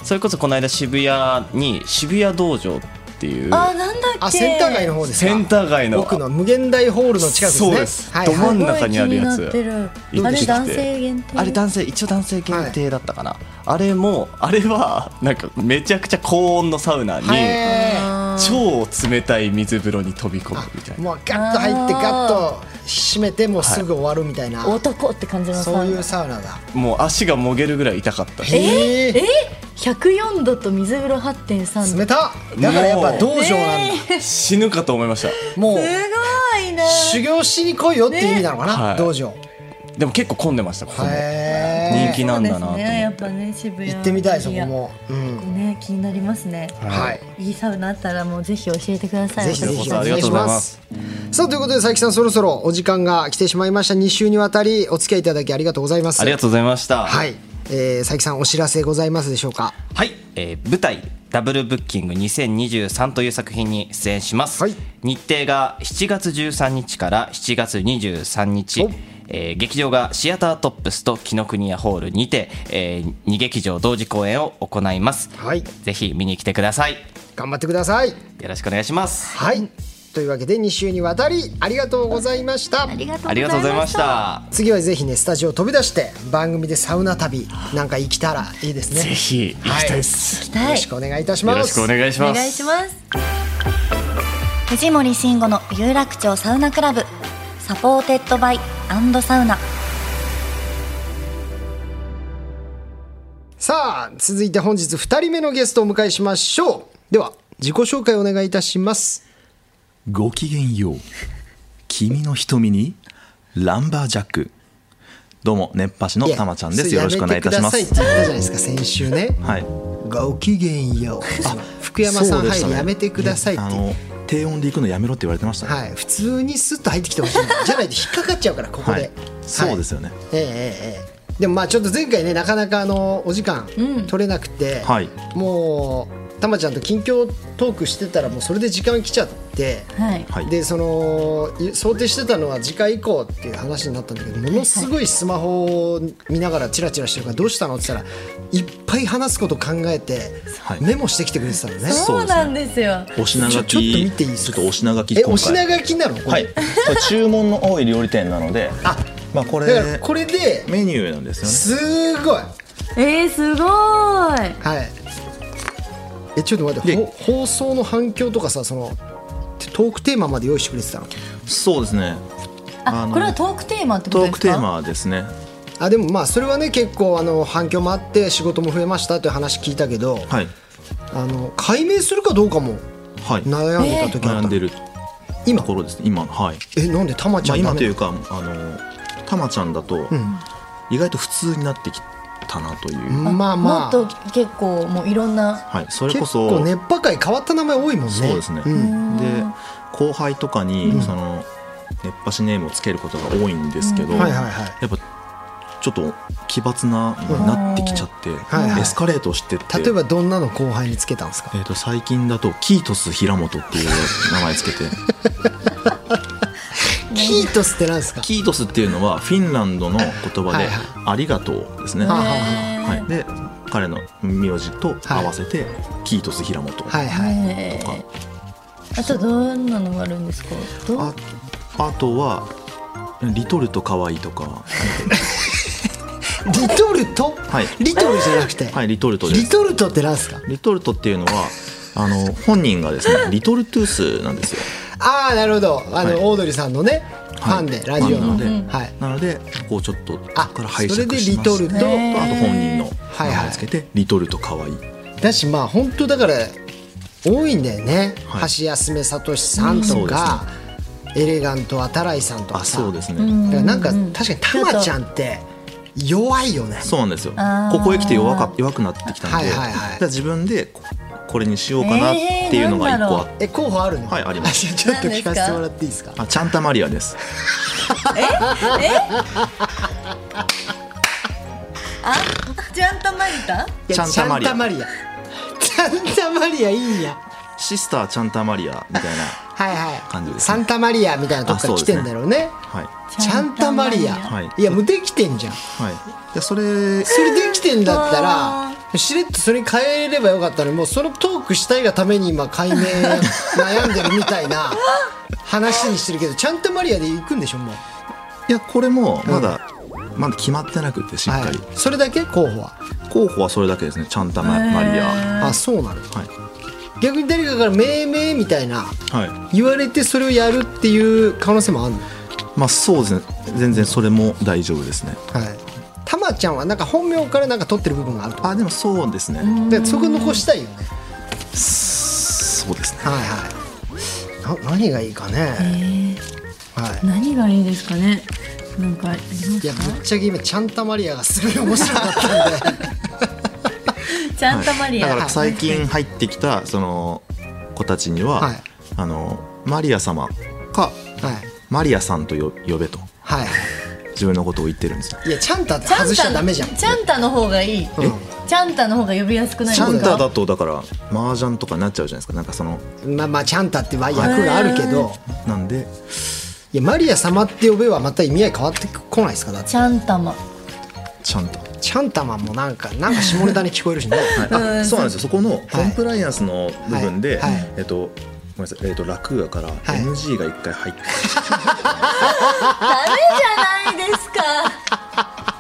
Speaker 4: それこそこの間渋谷に渋谷道場っていう
Speaker 3: あなんだっけ
Speaker 2: あセンター街の方ですか
Speaker 4: センター街の
Speaker 2: 奥の無限大ホールの近くですね
Speaker 4: そうです
Speaker 2: はい
Speaker 4: ど真
Speaker 2: は
Speaker 4: ん中にあるやつ
Speaker 3: すごい気になってる
Speaker 4: 行っ
Speaker 3: あ
Speaker 4: て
Speaker 3: れ
Speaker 4: きて
Speaker 3: 男性限定
Speaker 4: あれ男性一応男性限定だったかな、あれもあれはなんかめちゃくちゃ高温のサウナに
Speaker 2: いへ
Speaker 3: あー
Speaker 4: 超冷たい水風呂に飛び込むみたい
Speaker 2: ー
Speaker 4: な
Speaker 2: もうガッと入って
Speaker 3: あー
Speaker 2: ガッと閉めてもうすぐ終わるみたいな、
Speaker 3: 男って感じのサウ
Speaker 2: そう
Speaker 3: ナ
Speaker 2: いうサウナだ
Speaker 4: もう足がもげるぐらい痛かったし
Speaker 2: へえ
Speaker 3: 104度と水風呂8.3度
Speaker 2: 冷ただからやっぱ道場なんだ、
Speaker 4: 死ぬかと思いました
Speaker 2: もう
Speaker 3: すごいな
Speaker 2: 修行しに来いよって意味なのかな、
Speaker 4: ねはい
Speaker 2: 道場
Speaker 4: でも結構混んでましたここも
Speaker 2: へえ
Speaker 4: 人気なんだなと思って
Speaker 3: そうですねやっぱね渋谷
Speaker 2: 行ってみたいそこも、うん
Speaker 3: ね気になりますね
Speaker 2: はい
Speaker 3: いいサウナあったらもうぜひ教えてください
Speaker 2: ぜひぜ
Speaker 4: こ
Speaker 2: ひ
Speaker 4: ちらこそありがとうございます
Speaker 2: お願いしますさあということで佐伯さんそろそろお時間が来てしまいました2週にわたりお付き合いいただきありがとうございます
Speaker 4: ありがとうございました
Speaker 2: はい、えー、佐伯さんお知らせございますでしょうか
Speaker 4: はい、えー舞台「ダブルブッキング2023」という作品に出演します、
Speaker 2: はい
Speaker 4: 日程が7月13日から7月23日
Speaker 2: お、
Speaker 4: えー劇場がシアタートップスと紀ノ国屋ホールにて、え2劇場同時公演を行います
Speaker 2: はい
Speaker 4: ぜひ見に来てください
Speaker 2: 頑張ってください
Speaker 4: よろしくお願いします
Speaker 2: はいというわけで2週にわたりありがとうございました
Speaker 3: あ
Speaker 4: あり
Speaker 3: り
Speaker 4: が
Speaker 3: が
Speaker 4: と
Speaker 3: と
Speaker 4: う
Speaker 3: う
Speaker 4: ご
Speaker 3: ご
Speaker 4: ざ
Speaker 3: ざ
Speaker 4: い
Speaker 3: い
Speaker 4: ま
Speaker 3: ま
Speaker 4: し
Speaker 3: した
Speaker 4: た
Speaker 2: 次はぜひねスタジオを飛び出して番組でサウナ旅なんか行きたらいいですね
Speaker 4: ぜひ行きたいです、
Speaker 2: よ
Speaker 3: 期
Speaker 2: ろ
Speaker 3: 待
Speaker 2: しくお願いいたし
Speaker 4: よ
Speaker 2: ま
Speaker 4: ろし
Speaker 2: す
Speaker 4: くお願いします
Speaker 3: お願いします藤森慎吾の有楽町サウナクラブサポーテッドバイサウナ
Speaker 2: さあ続いて本日2人目のゲストをお迎えしましょうでは自己紹介お願いいたします
Speaker 5: ごきげんよう君の瞳にランバージャックどうも熱波師のたまちゃんですよろしくお願いいたしま
Speaker 2: それやめて
Speaker 5: す
Speaker 2: くださいって言ったじゃないですか先週ね
Speaker 5: はい
Speaker 2: ごきげんよう福山さん、
Speaker 5: そうで
Speaker 2: は
Speaker 5: した
Speaker 2: い
Speaker 5: ね
Speaker 2: やめてくださいって
Speaker 5: あの低音で行くのやめろって言われてましたね
Speaker 2: はい普通にスッと入ってきてほしいじゃないと引っかかっちゃうからここで、
Speaker 5: はいそうですよね
Speaker 2: ええええええでもまあちょっと前回ねなかなかあのお時間取れなくて、
Speaker 5: はい
Speaker 2: もうたまちゃんと近況トークしてたらもうそれで時間来ちゃって
Speaker 3: はい
Speaker 5: はい
Speaker 2: でそのい想定してたのは次回以降っていう話になったんだけどものすごいスマホを見ながらチラチラしてるからどうしたのって言ったらいっぱい話すこと考えて
Speaker 5: はい
Speaker 2: メモしてきてくれてたのね。
Speaker 3: そうなんですよ
Speaker 5: お品書き
Speaker 2: ちょっと見ていいです
Speaker 5: ちょっ
Speaker 2: か
Speaker 5: とお品書き
Speaker 2: え
Speaker 5: 今回
Speaker 2: お品書きなのこれ
Speaker 5: はいこれ注文の多い料理店なので
Speaker 2: あ
Speaker 5: まあこ
Speaker 2: だか
Speaker 5: れ
Speaker 2: らこれで
Speaker 5: メニューなんですよね
Speaker 2: すごいは
Speaker 3: えー、すごーい
Speaker 2: いえちょっと待って
Speaker 5: で
Speaker 2: ほ放送の反響とかさそのトークテーマまで用意してくれてたの
Speaker 5: そうですね
Speaker 3: あ
Speaker 5: あの
Speaker 3: これはトークテーマってこと
Speaker 5: トー
Speaker 3: です
Speaker 5: ク
Speaker 3: か
Speaker 5: テーマはですね
Speaker 2: あでもまあそれはね結構あの反響もあって仕事も増えましたという話聞いたけど、
Speaker 5: はい
Speaker 2: あの解明するかどうかも
Speaker 5: はい
Speaker 2: 悩んでた時あ
Speaker 5: 悩
Speaker 2: っ
Speaker 5: ん
Speaker 2: た、
Speaker 5: でる
Speaker 2: 今
Speaker 5: ところですね今はい
Speaker 2: えなんでたまち
Speaker 5: ま
Speaker 2: ゃ
Speaker 5: あ、
Speaker 2: んダ
Speaker 5: 今
Speaker 2: メ
Speaker 5: とい
Speaker 2: な
Speaker 5: うかあのたまちゃんだと、意外と普通になってきたなという、
Speaker 2: のまあまあ
Speaker 3: もっと結構もういろんな
Speaker 5: はい、それ
Speaker 2: 結
Speaker 5: こそ
Speaker 2: 構熱波界変わった名前多いもんね
Speaker 5: そうですね、
Speaker 2: ん
Speaker 5: で後輩とかに、その熱波師ネームをつけることが多いんですけど、
Speaker 2: はいはいはい
Speaker 5: やっぱちょっと奇抜なのになってきちゃって、
Speaker 2: はいはい
Speaker 5: エスカレートしてって
Speaker 2: 例えばどんなの後輩につけたんですか
Speaker 5: えー、と最近だとキートス平本っていう名前つけて
Speaker 2: キートスってなんですか
Speaker 5: キートスっていうのはフィンランドの言葉
Speaker 2: はい
Speaker 5: で
Speaker 2: はい
Speaker 5: 「ありがとう」ですね、
Speaker 2: はあはあ
Speaker 5: はい、で彼の名字と合わせて、キートス平本とか、
Speaker 2: はいはい
Speaker 3: えーあとどんなのがあるんですかど
Speaker 5: ああとは「リトルと可愛いとか
Speaker 2: リトルト、
Speaker 5: はい
Speaker 2: リトルじゃなくて、
Speaker 5: はいリトルトで
Speaker 2: リ
Speaker 5: す
Speaker 2: トルトってなんですか
Speaker 5: リトルトっていうのはあの本人がです ねリトルトゥースなんですよ
Speaker 2: ああなるほどあの、
Speaker 5: はい
Speaker 2: オードリーさんのねファンで、ラジオの
Speaker 5: ファンなので、
Speaker 2: はい
Speaker 5: なのでこうちょっとこ
Speaker 2: あ
Speaker 5: こから拝
Speaker 2: それで
Speaker 5: 借し
Speaker 2: リ
Speaker 5: ま
Speaker 2: ト
Speaker 5: す
Speaker 2: ル
Speaker 5: と
Speaker 2: ト
Speaker 5: あと本人の
Speaker 2: はいはい
Speaker 5: 名前つけて、リトルと可愛い
Speaker 2: だしまあ本当だから多いんだよね、
Speaker 5: はい
Speaker 2: 橋休め聡さんとか、エレガントあたらいさんと
Speaker 5: あ
Speaker 2: かさ
Speaker 5: そうですね、
Speaker 2: だからなんか確かにたまちゃんって弱いよね
Speaker 5: そうなんですよ
Speaker 3: あー
Speaker 5: ここへ来て弱か弱くなってきたんで、
Speaker 2: はいはいはい
Speaker 5: だから自分でここれにしようかなっていうのが一個あって、
Speaker 2: え候補あるの
Speaker 5: はいあります
Speaker 2: ちょっと聞かせてもらっていいですか
Speaker 5: あちゃんたマリアです
Speaker 3: ジャンタマリタ
Speaker 2: いや
Speaker 5: ちゃんたまりや
Speaker 2: ちゃんたまりやちゃんたまりやいいや
Speaker 5: シスターちゃんたマリアみたいな
Speaker 2: はいはい
Speaker 5: 感じですね
Speaker 2: サンタマリアみたいなとこから来てんだろうね
Speaker 5: はい
Speaker 2: ちゃんたまりや、
Speaker 5: はい
Speaker 2: いやもうできてんじゃん
Speaker 5: はいでそれ
Speaker 2: それできてんだったらしれっとそれに変えればよかったのにもうそのトークしたいがために今解明悩んでるみたい な話にしてるけどちゃんとマリアで行くんでしょもう
Speaker 5: いやこれもまだ、まだ決まってなくてしっかり、
Speaker 2: はいそれだけ候補は
Speaker 5: 候補はそれだけですねちゃんたまマリアは
Speaker 2: あそうなの
Speaker 5: い
Speaker 2: 逆に誰かから命名みたいな
Speaker 5: はい
Speaker 2: 言われてそれをやるっていう可能性もあるの
Speaker 5: まあそうですね全然それも大丈夫ですね
Speaker 2: はいたまちゃんはなんか本名からなんか取ってる部分があると
Speaker 5: あでもそうですね
Speaker 2: でそこ残したいよね
Speaker 5: そうですね
Speaker 2: はいはいな何がいいかね、はい
Speaker 6: 何がいいですかねなんかあります
Speaker 2: いやぶっちゃけ今ちゃんたマリアがすごい面白かったんで
Speaker 6: ちゃんとマリ
Speaker 5: だ
Speaker 6: ア、
Speaker 5: から最近入ってきたその子たちには、
Speaker 2: はい
Speaker 5: あのマリア様か
Speaker 2: はい
Speaker 5: マリアさんとよ呼べと
Speaker 2: はい
Speaker 5: 自分のことを言ってるんですよ
Speaker 2: いやちゃんたって外しちゃダメじゃん
Speaker 6: ちゃんたの方がいいちゃんたの方が呼びやすくない
Speaker 5: シ
Speaker 6: です
Speaker 5: ャンタ
Speaker 6: か
Speaker 5: だとだから麻雀とかになっちゃうじゃないですかなんかその
Speaker 2: まあまあちゃんたっては役があるけど
Speaker 5: なんで
Speaker 2: いやマリア様って呼べばまた意味合い変わってこないですかだって
Speaker 6: ちゃんたま
Speaker 5: ちゃんと
Speaker 2: ちゃんたまもなんかなんか下ネタに聞こえるしね、
Speaker 5: あそうなんですよそこのコンプライアンスの部分で、
Speaker 2: はいはい
Speaker 5: えっとごめんなさい、えっと楽屋から NG が一回入って、
Speaker 6: ダメじゃないですか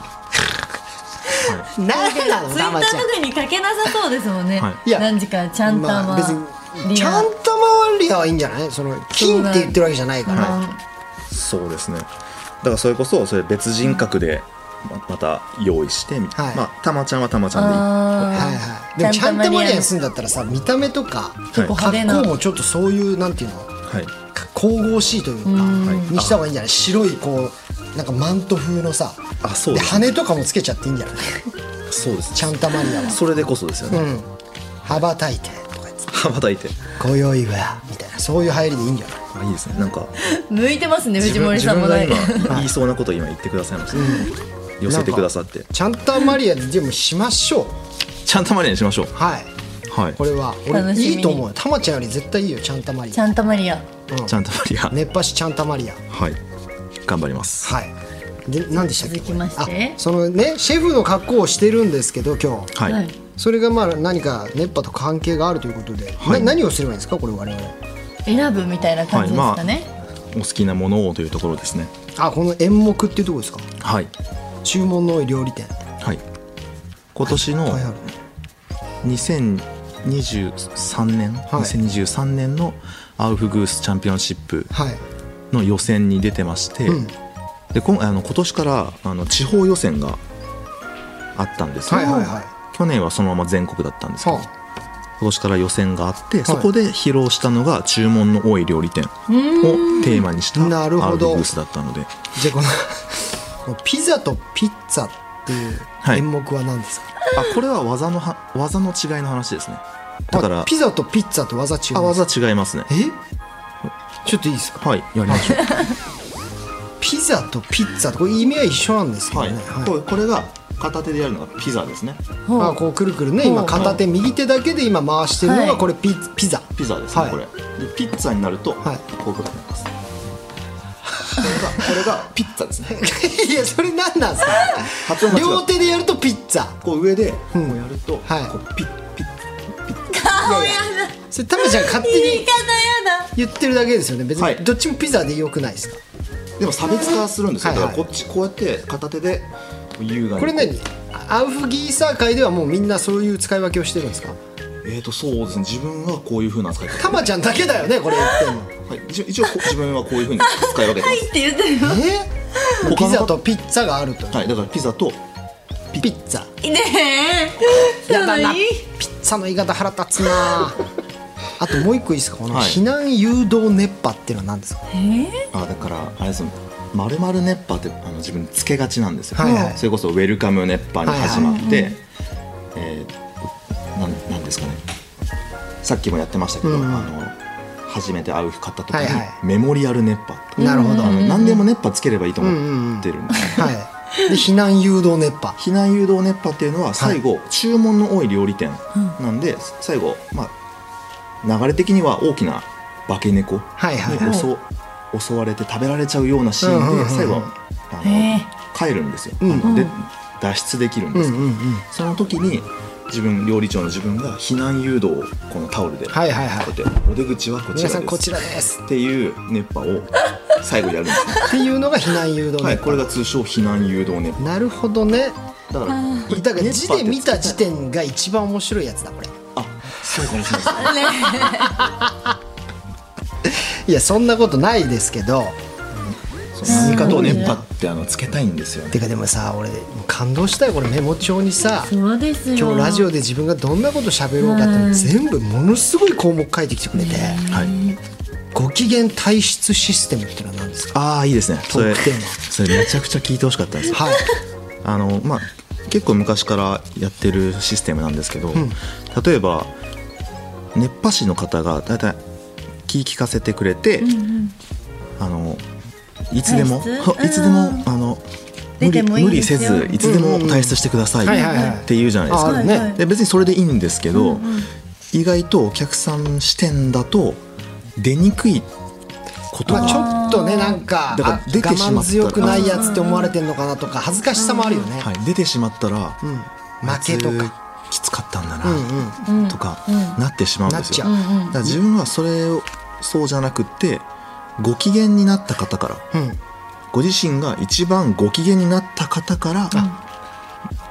Speaker 2: なんでなの
Speaker 6: ツイッ
Speaker 2: た
Speaker 6: タ
Speaker 2: ま
Speaker 6: ー
Speaker 2: ちゃん
Speaker 6: とかにかけなさそうですもんね、
Speaker 5: はい
Speaker 2: いや
Speaker 6: 何時かちゃんたま、
Speaker 2: まあ別にちゃん
Speaker 6: リ
Speaker 2: たまマリアはいいんじゃないその金って言ってるわけじゃないから、
Speaker 6: ア
Speaker 5: そうですねだからそれこそそれ別人格でままた用意して、
Speaker 2: はい
Speaker 5: まあたまちゃんはたまちゃんでいい
Speaker 2: はいはい、でもち
Speaker 6: ち
Speaker 2: ゃ
Speaker 6: ゃ
Speaker 2: ん
Speaker 6: ん
Speaker 2: と
Speaker 6: と
Speaker 2: マ
Speaker 6: マ
Speaker 2: リ
Speaker 6: リア
Speaker 2: アに
Speaker 6: に
Speaker 2: 住んだったらさ見た目とか
Speaker 5: 結構
Speaker 6: 派手な
Speaker 2: 格好もちょっとそういうなんていうの
Speaker 5: はい
Speaker 2: 神々しいというか
Speaker 5: ん
Speaker 2: にした方がいいんじゃない白いこうなんかマント風のさ
Speaker 5: あそう
Speaker 2: で
Speaker 5: ですね
Speaker 2: 羽とかもつけちゃっていいんじゃない
Speaker 5: そうです
Speaker 2: ちゃんとマリアは
Speaker 5: それでこそですよ
Speaker 2: う
Speaker 5: ね、
Speaker 2: ん羽ばたいてとか言って
Speaker 5: 羽ばたいて
Speaker 2: 今宵はみたいなそういう入りでいいんじゃない
Speaker 5: あいいですねなんか
Speaker 6: 向いてますね藤森
Speaker 5: 自
Speaker 6: さん
Speaker 5: 分
Speaker 6: も
Speaker 5: が
Speaker 6: ね
Speaker 5: 今言いそうなことを今言ってくださいました、寄せてくださって
Speaker 2: ちゃんとマリアででもしましょう
Speaker 5: ちゃんとマリアにしましょう
Speaker 2: はい
Speaker 5: はい
Speaker 2: これは俺
Speaker 6: 楽しみに
Speaker 2: いいと思うよたまちゃんより絶対いいよちゃんとマリ
Speaker 6: ち
Speaker 2: ア
Speaker 6: ゃんたまリア
Speaker 5: ちゃんとマリア、
Speaker 2: 熱波師ちゃんとマリア
Speaker 5: はい頑張ります
Speaker 2: はい。で、何でしたっけ。
Speaker 6: 続きまして
Speaker 2: あそのね、シェフの格好をしてるんですけど、今日。
Speaker 5: はい、
Speaker 6: はい
Speaker 2: それがまあ、何か熱波と関係があるということで、
Speaker 5: はい
Speaker 2: な何をすればいいんですか、これ我々。
Speaker 6: 選ぶみたいな感じですかね、
Speaker 5: お好きなものをというところですね
Speaker 2: あ、この演目っていうところですか。
Speaker 5: はい
Speaker 2: 注文の多い料理店。
Speaker 5: はい今年の
Speaker 2: はいある
Speaker 5: 2023年、
Speaker 2: はい
Speaker 5: 2023年のアウフグースチャンピオンシップ
Speaker 2: はい。
Speaker 5: の予選に出てまして、
Speaker 2: うん
Speaker 5: でこんあの今年からあの地方予選があったんですよ
Speaker 2: はいはいはい
Speaker 5: 去年はそのまま全国だったんですけど、
Speaker 2: は
Speaker 5: 今年から予選があって、そこで披露したのが注文の多い料理店をテーマにした
Speaker 2: な
Speaker 5: ア
Speaker 2: るほ
Speaker 5: ウ
Speaker 2: ど
Speaker 5: フグースだったので
Speaker 2: あじゃあ、このこのピザとピッツァっていう
Speaker 5: はい
Speaker 2: 演目は何ですか。
Speaker 5: あこれは技のは技の違いの話ですねだから
Speaker 2: あピザとピッツァと技違
Speaker 5: あ
Speaker 2: い。
Speaker 5: 技違いますね
Speaker 2: え。ちょっといいですか。
Speaker 5: はいやりましょう
Speaker 2: ピザとピッツァってこれ意味は一緒なんですけど
Speaker 5: はい
Speaker 2: ね。はい
Speaker 5: これこれが片手でやるのがピザですね
Speaker 2: あこうくるくるね今片手右手だけで今回してるの
Speaker 6: は
Speaker 2: が
Speaker 6: い
Speaker 2: これピ,、ピザ
Speaker 5: ピザですね、
Speaker 2: はい
Speaker 5: これでピッツァになると、
Speaker 2: はい
Speaker 5: こういうことになりますこれがこれがピッツァですね
Speaker 2: いやそれ何なんすか
Speaker 5: 発音間違う
Speaker 2: 両手でやるとピッツァ
Speaker 5: こう上でこ
Speaker 2: う
Speaker 5: うんやると、
Speaker 2: はい
Speaker 5: こうピッピッ
Speaker 2: それタメちゃんが勝手に言ってるだけですよね別
Speaker 5: は
Speaker 2: に
Speaker 5: い
Speaker 2: どっちもピザでよくないですか、
Speaker 5: でも差別化するんですよ、
Speaker 2: はいはい
Speaker 5: だからこっちこうやって片手で優雅に
Speaker 2: これ何アウフギーサー界ではもうみんなそういう使い分けをしてるんですか
Speaker 5: えーとそうですね自分はこういうふうな扱い方
Speaker 2: タマちゃんだけだよねこれ言ってんの
Speaker 5: はい、一応一応こう自分はこういうふうに使い分けてま す
Speaker 6: って言ってるよ
Speaker 2: えピ
Speaker 5: 他の方
Speaker 2: ザとピッツァがあると
Speaker 5: はい、だからピザと
Speaker 2: ピッツァ
Speaker 6: ねえ
Speaker 2: やだな
Speaker 6: そう
Speaker 2: ピ
Speaker 6: い
Speaker 2: ッツァの言い方腹立つ なあともう一個いいですかこの
Speaker 5: はい
Speaker 2: 避難誘導熱波っていうのは何ですか
Speaker 5: あだからあれですまるまる熱波ってあの自分つけがちなんですよ、
Speaker 2: はいはい
Speaker 5: それこそウェルカム熱波に始まって、えーなんなんですかねさっきもやってましたけど、あの初めて会う方とかに、
Speaker 2: はいはい
Speaker 5: メモリアル熱波とか
Speaker 2: なるほど
Speaker 5: あの何でも熱波つければいいと思ってるんです、
Speaker 2: はい、で避難誘導熱波
Speaker 5: 避難誘導熱波っていうのは最後、注文の多い料理店なんで、最後、まあ、流れ的には大きな化け猫に
Speaker 2: いはいはい
Speaker 5: 襲,、襲われて食べられちゃうようなシーンで、
Speaker 2: うんうんうんうん
Speaker 5: 最後あの、
Speaker 6: へ
Speaker 5: 帰るんですよ、で脱出できるんですけど、その時に自分料理長の自分が避難誘導をこのタオルでこう
Speaker 2: はいはい
Speaker 5: や
Speaker 2: はい
Speaker 5: って「お出口はこち
Speaker 2: 皆さ
Speaker 5: らです
Speaker 2: ん」こちらです
Speaker 5: っていう熱波を最後やるんですね
Speaker 2: っていうのが避難誘導
Speaker 5: は
Speaker 2: ね
Speaker 5: いこれが通称避難誘導熱波
Speaker 2: なるほどね
Speaker 5: だからこれ
Speaker 2: だから
Speaker 5: 熱
Speaker 2: 字
Speaker 5: 波っ
Speaker 2: で
Speaker 5: て
Speaker 2: 見た時点が一番面白いやつだこれ
Speaker 5: あそうかもしれないですね
Speaker 2: いやそんなことないですけど
Speaker 5: そう何かと熱波ってあのつけたいんですよね
Speaker 2: てかでもさ俺感動したよこれメモ帳にさ
Speaker 3: そうですよ
Speaker 2: 今日ラジオで自分がどんなこと喋ろうかっての全部ものすごい項目書いてきてくれて、
Speaker 5: はい
Speaker 2: ご機嫌体質システムっていうのは何ですか
Speaker 5: ああいいですねそれ
Speaker 2: トークテーマ
Speaker 5: それめちゃくちゃ聞いてほしかったんですよ
Speaker 2: はい
Speaker 5: あのまあ結構昔からやってるシステムなんですけど、例えば熱波師の方が大体気聞かせてくれて、あのいつでも
Speaker 6: 体質
Speaker 5: は いうつ
Speaker 6: ん
Speaker 5: でもあの
Speaker 3: 出
Speaker 5: 無
Speaker 3: て
Speaker 5: 理
Speaker 3: もいい
Speaker 5: 無理
Speaker 3: です
Speaker 5: せ
Speaker 3: よ
Speaker 5: ずいつでも退出してください
Speaker 2: はいはいはい
Speaker 5: って言うじゃないです
Speaker 2: あ
Speaker 5: か、
Speaker 2: るね
Speaker 5: で別にそれでいいんですけど、意外とお客さん視点だと出にくいことが、
Speaker 2: まあ、ちょっとねなんか
Speaker 5: だから
Speaker 2: あ
Speaker 5: 出てし
Speaker 2: 我
Speaker 5: ま
Speaker 2: 慢
Speaker 5: ったら
Speaker 2: 強くないやつって思われてんのかなとか恥ずかしさもあるよね、
Speaker 5: はい、出てしまったら、
Speaker 2: 負けとか
Speaker 5: 夏きつかったんだ
Speaker 2: うん
Speaker 5: な、とか、なってしまうんですよ
Speaker 2: なっち
Speaker 5: だから自分はそれをそうじゃなくってご機嫌になった方から、
Speaker 2: うん
Speaker 5: ご自身が一番ご機嫌になった方から、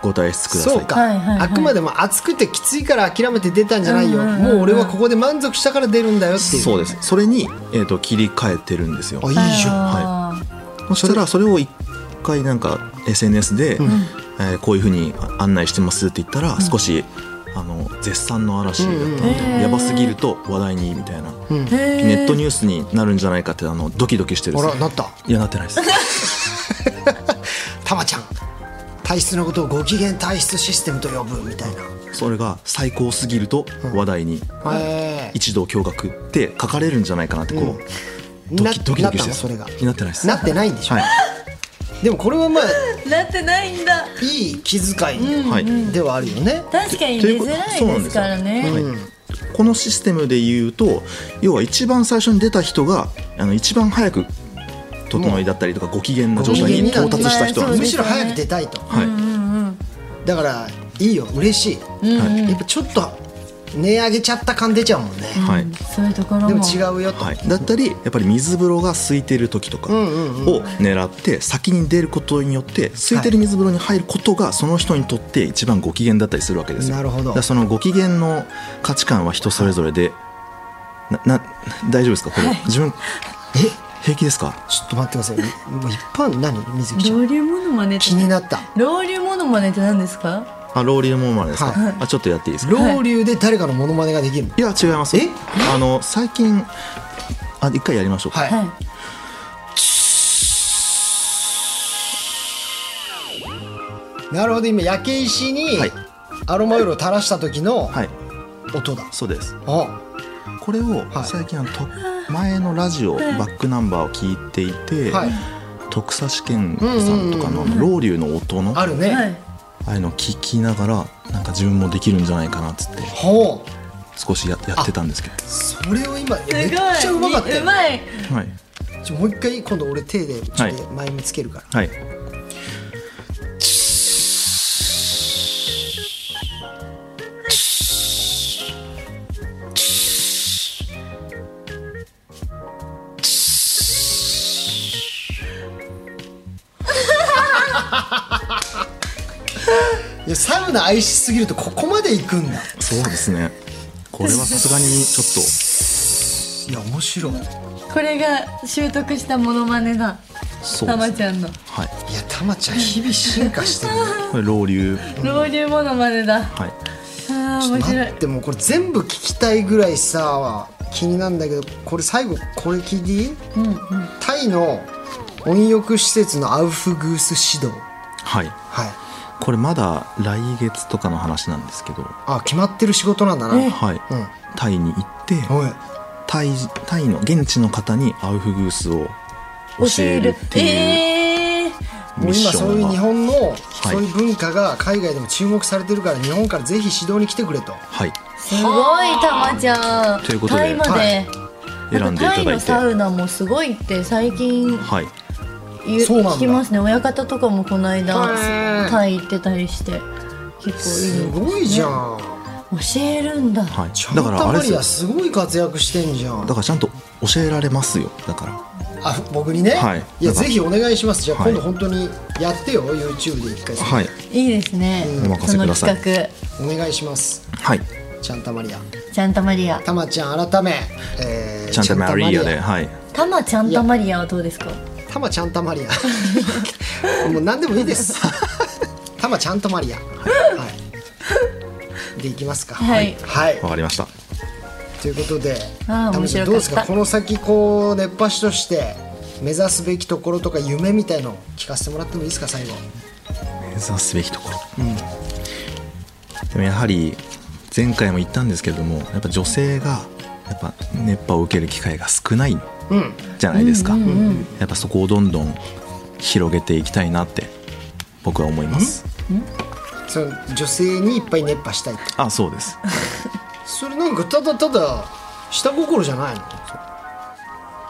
Speaker 5: ご退出ください
Speaker 2: そうか、
Speaker 6: はいはいはい
Speaker 2: あくまでも暑くてきついから諦めて出たんじゃないよ、もう俺はここで満足したから出るんだよっていう
Speaker 5: そうですそれに、えー、と切り替えてるんですよ
Speaker 2: あいいじゃん
Speaker 5: はい、そしたらそれを一回なんか SNS で、えーこういうふうに案内してますって言ったら少し、あの絶賛の嵐だったので、やばすぎると話題にみたいな、ネットニュースになるんじゃないかってあのドキドキしてるん
Speaker 2: あ
Speaker 5: です
Speaker 2: ら
Speaker 5: よ
Speaker 2: なった
Speaker 5: いやなってないです
Speaker 2: たまちゃん体質のことをご機嫌体質システムと呼ぶみたいな、
Speaker 5: それが最高すぎると話題に、
Speaker 2: へ
Speaker 5: 一同驚愕って書かれるんじゃないかなってこう、ド
Speaker 2: な
Speaker 5: キドキドキして
Speaker 2: なったのそれが
Speaker 5: いやなってないです
Speaker 2: なってないんでしょ
Speaker 5: はい、
Speaker 2: ーでもこれはまあ
Speaker 6: なってないんだ
Speaker 2: いい気遣い
Speaker 5: はい
Speaker 2: ではあるよね、
Speaker 6: 確かに出づらいですからね
Speaker 5: はいこのシステムで言うと要は一番最初に出た人があの一番早く整いだったりとかご機嫌な状態に到達した人なん
Speaker 2: む
Speaker 5: です
Speaker 2: し
Speaker 5: よ。
Speaker 2: ろ早く出たいと、
Speaker 5: はい
Speaker 2: だからいいよ嬉しい、やっぱちょっと値上げちゃった感出ちゃうもんね、
Speaker 5: はい
Speaker 6: そういうところも
Speaker 2: でも違うよと、
Speaker 5: はい、だったりやっぱり水風呂が空いてる時とかを狙って先に出ることによって空いてる水風呂に入ることがその人にとって一番ご機嫌だったりするわけですよ
Speaker 2: なるほど
Speaker 5: だからそのご機嫌の価値観は人それぞれでなな大丈夫ですかこれ自分平気ですか
Speaker 2: ちょっと待ってくださいもう一般何水木ちゃん
Speaker 6: 老流モノマネって
Speaker 2: 気になった
Speaker 6: 老流モノマネって何ですか
Speaker 5: あローリーのモーマネですか、
Speaker 2: は
Speaker 5: あちょっとやっていいですか
Speaker 2: 老流で誰かのモノマネができるの
Speaker 5: いや違いますえあの最近あ一回やりましょうか、
Speaker 2: はい、
Speaker 6: はい
Speaker 2: なるほど今焼け石に
Speaker 5: はい
Speaker 2: アロマオイルを垂らした時の
Speaker 5: はい
Speaker 2: 音だ、
Speaker 5: そうです
Speaker 2: あ
Speaker 5: これを
Speaker 2: はい
Speaker 5: 最近あのと前のラジオ、バックナンバーを聞いていて、
Speaker 2: はい
Speaker 5: 徳佐試験さんとかのあのロウリュウの音の
Speaker 2: あ
Speaker 5: あ
Speaker 2: るね、
Speaker 6: はい
Speaker 5: あいうのを聞きながらなんか自分もできるんじゃないかなっつって
Speaker 2: ほう
Speaker 5: 少しややってたんですけ
Speaker 2: それを今め
Speaker 6: す
Speaker 2: っ
Speaker 6: ごい
Speaker 2: ちゃうまかったよ
Speaker 6: うまい
Speaker 5: どはい
Speaker 2: ちょもう一回今度俺手でちょっと前につけるから、
Speaker 5: はい
Speaker 2: いやサウナ愛しすぎるとここまで行くんだ
Speaker 5: そうですねこれはさすがにちょっと
Speaker 2: いや面白いいや
Speaker 6: これが習得したモノマネだ
Speaker 5: そう
Speaker 6: た
Speaker 5: で
Speaker 6: ます
Speaker 5: ね
Speaker 6: ちゃんの
Speaker 5: はい
Speaker 2: たまちゃん日々進化してるね
Speaker 5: これロウリュウ
Speaker 6: 老流モノマネだ
Speaker 5: はい
Speaker 6: あー面白
Speaker 2: 待
Speaker 6: い
Speaker 2: ってもうこれ全部聞きたいぐらいさ気になるんだけどこれ最後これ聞いていい、タイの温浴施設のアウフグース指導
Speaker 5: はい
Speaker 2: はい
Speaker 5: これまだ来月とかの話なんですけど
Speaker 2: あ決まってる仕事なんだな、
Speaker 5: はい、
Speaker 2: うん
Speaker 5: タイに行って
Speaker 2: おい
Speaker 5: タイタイの現地の方にアウフグースを教えるっていう
Speaker 6: えー
Speaker 5: ミ
Speaker 2: も
Speaker 5: ッ
Speaker 2: う今
Speaker 5: シ
Speaker 2: そう
Speaker 5: ョ
Speaker 2: いう日
Speaker 5: ンが
Speaker 2: 本の
Speaker 5: い
Speaker 2: そういう文化が海外でも注目されてるから日本からぜひ指導に来てくれと
Speaker 5: はい
Speaker 3: すごいたまちゃん
Speaker 5: ということで
Speaker 3: タイまで、
Speaker 2: は
Speaker 5: 選んでい
Speaker 3: タ
Speaker 5: た
Speaker 3: イ
Speaker 5: だ
Speaker 3: の
Speaker 5: いて
Speaker 3: サウナもすごいって最近
Speaker 5: はい
Speaker 3: 言う
Speaker 2: そうなんだ
Speaker 3: 聞きますね親方とかもこの間
Speaker 2: へー
Speaker 3: タイ行ってたりして結
Speaker 2: す
Speaker 3: 構いい
Speaker 2: ごいじゃん。
Speaker 3: 教えるんだ、
Speaker 5: はい
Speaker 2: ちゃん
Speaker 5: だ
Speaker 2: と
Speaker 5: からあ
Speaker 2: マ
Speaker 5: れです
Speaker 2: リ
Speaker 5: よ
Speaker 2: アすごい活躍してんじゃ
Speaker 5: だ
Speaker 2: ん。
Speaker 5: からちゃんと教えられますよだから
Speaker 2: あ僕にね。
Speaker 5: はい
Speaker 2: いや
Speaker 5: だか
Speaker 2: ぜ
Speaker 5: ら
Speaker 2: ひお願いします。じゃあ
Speaker 5: はい
Speaker 2: 今度本当にやってよ YouTube で一回。
Speaker 5: はい
Speaker 3: いいですね、
Speaker 5: お任せ
Speaker 3: その
Speaker 5: ください
Speaker 3: 企
Speaker 2: お願いします。
Speaker 5: はい
Speaker 2: ちゃんたマリア。
Speaker 3: 画ちゃんたまりア
Speaker 2: たまちゃん改め。えー
Speaker 5: ちゃんとマリアで。はい
Speaker 3: たまちゃんたまりアはどうですか
Speaker 2: たまちゃんたマリア。 もう何でもいいです。 たまちゃんとマリア。はい。でいきますか。
Speaker 3: はい
Speaker 2: はい。
Speaker 5: わかりました
Speaker 2: ということで、
Speaker 3: あー
Speaker 2: タモリさん
Speaker 3: 面白かった
Speaker 2: どうですかこの先こう熱波師として目指すべきところとか夢みたいのを聞かせてもらってもいいですか最後。
Speaker 5: 目指すべきところ、でもやはり前回も言ったんですけれどもやっぱ女性がやっぱ熱波を受ける機会が少ない
Speaker 2: うん。
Speaker 5: じゃないですか、やっぱそこをどんどん広げていきたいなって僕は思います、
Speaker 2: その女性にいっぱい熱波したいって。
Speaker 5: あそうです
Speaker 2: それなんかただただ下心じゃないの。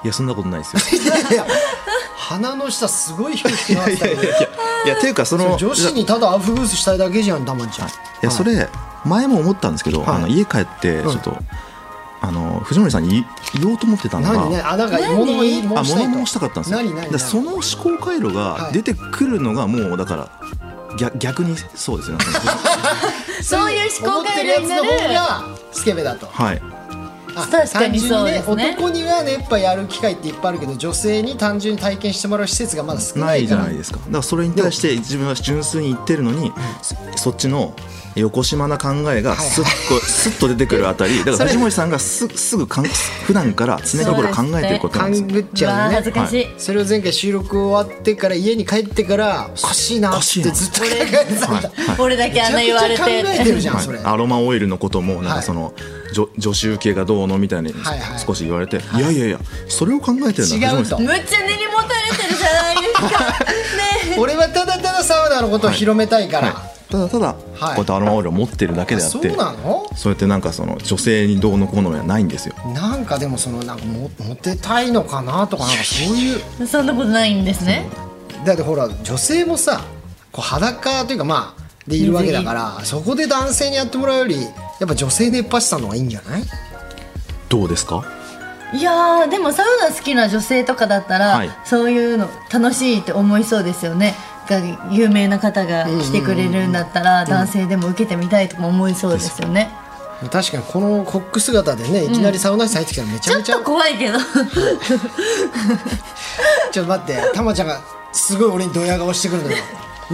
Speaker 5: いやそんなことないですよ
Speaker 2: いやいや鼻の下す ごい広くなってたけど。
Speaker 5: いやっていうかそ
Speaker 2: そ
Speaker 5: の
Speaker 2: の女子にただアウフグースしたいだけじゃんたまちゃん。
Speaker 5: いやそれ前も思ったんですけど、
Speaker 2: はい
Speaker 5: あの家帰ってちょっと、あの藤森さんに言言おうと思ってたのが
Speaker 2: 何ねあなんか物言い
Speaker 5: あ
Speaker 2: 物したい
Speaker 5: 物
Speaker 2: と
Speaker 5: 申したかったんですよ
Speaker 2: 何何
Speaker 5: だから
Speaker 2: 何
Speaker 5: その思考回路が
Speaker 2: はい
Speaker 5: 出てくるのがもうだから逆逆にそう ですよね
Speaker 3: そういう思考
Speaker 2: 思って
Speaker 3: 回
Speaker 2: るや
Speaker 3: 路
Speaker 2: つ
Speaker 3: に
Speaker 2: の
Speaker 3: な
Speaker 2: 方
Speaker 3: る
Speaker 2: がスケベだと。
Speaker 5: はい
Speaker 2: あ
Speaker 3: 確かにそうです
Speaker 2: 単純に
Speaker 3: ね
Speaker 2: 男には熱波やる機会っていっぱいあるけど女性に単純に体験してもらう施設がまだ少な
Speaker 5: ない
Speaker 2: い
Speaker 5: じ
Speaker 2: か
Speaker 5: ゃ
Speaker 2: ら
Speaker 5: ないですかだからそれに対して自分は純粋に言ってるのに、そそっちの横島な考えがすっこすっと出てくるあたりだ から藤森さんがすすぐかん普段から常日頃考えてることなんですよ
Speaker 2: 勘ぐっちゃ
Speaker 3: わ
Speaker 2: う
Speaker 3: あ恥ず
Speaker 2: ね
Speaker 3: かしい、
Speaker 2: それを前回収録終わってから家に帰ってからおかしいなってずっと考えてた
Speaker 5: は
Speaker 2: ん
Speaker 5: い
Speaker 2: だ
Speaker 3: 俺だけあんな言わ
Speaker 2: め
Speaker 3: れ
Speaker 2: ちゃくちゃ考えて
Speaker 3: て
Speaker 2: るじゃんそれ
Speaker 5: はい、アロマオイルのこともなん
Speaker 2: は
Speaker 5: か
Speaker 2: い
Speaker 5: その、じょ女子受けがどうのみたいに
Speaker 2: はいはい
Speaker 5: 少し言われて、いやいやいやそれを考えてるんだ
Speaker 2: 違う
Speaker 5: 藤
Speaker 2: と
Speaker 5: 森
Speaker 3: むっちゃ根に持たれてるじゃないですかね
Speaker 2: 俺はただただサウナのことを広めたいか
Speaker 5: さん
Speaker 2: ら、
Speaker 5: はい、ただただ、こうやってアロマオイルを持ってるだけであって
Speaker 2: そうなの
Speaker 5: そうやってなんかその女性にどうのこうのはないんですよ
Speaker 2: なんかでもそのなんかモモテたいのかなとかなんかそういう
Speaker 3: そんなことないんですね
Speaker 2: だってほら女性もさこう裸というかまあでいるわけだからそこで男性にやってもらうよりやっぱ女性熱波師さんの方がいいんじゃない
Speaker 5: どうですか
Speaker 3: いやーでもサウナ好きな女性とかだったら、
Speaker 5: はい
Speaker 3: そういうの楽しいって思いそうですよねが有名な方が来てくれるんだったら、男性でも受けてみたいとか思いそうですよね、
Speaker 2: 確かにこのコック姿でねいきなりサウナ室入ってきたらめちゃめち
Speaker 3: ち
Speaker 2: ゃ、
Speaker 3: ょっと怖いけど
Speaker 2: ちょっと待ってたまちゃんがすごい俺にドヤ顔してくるのよ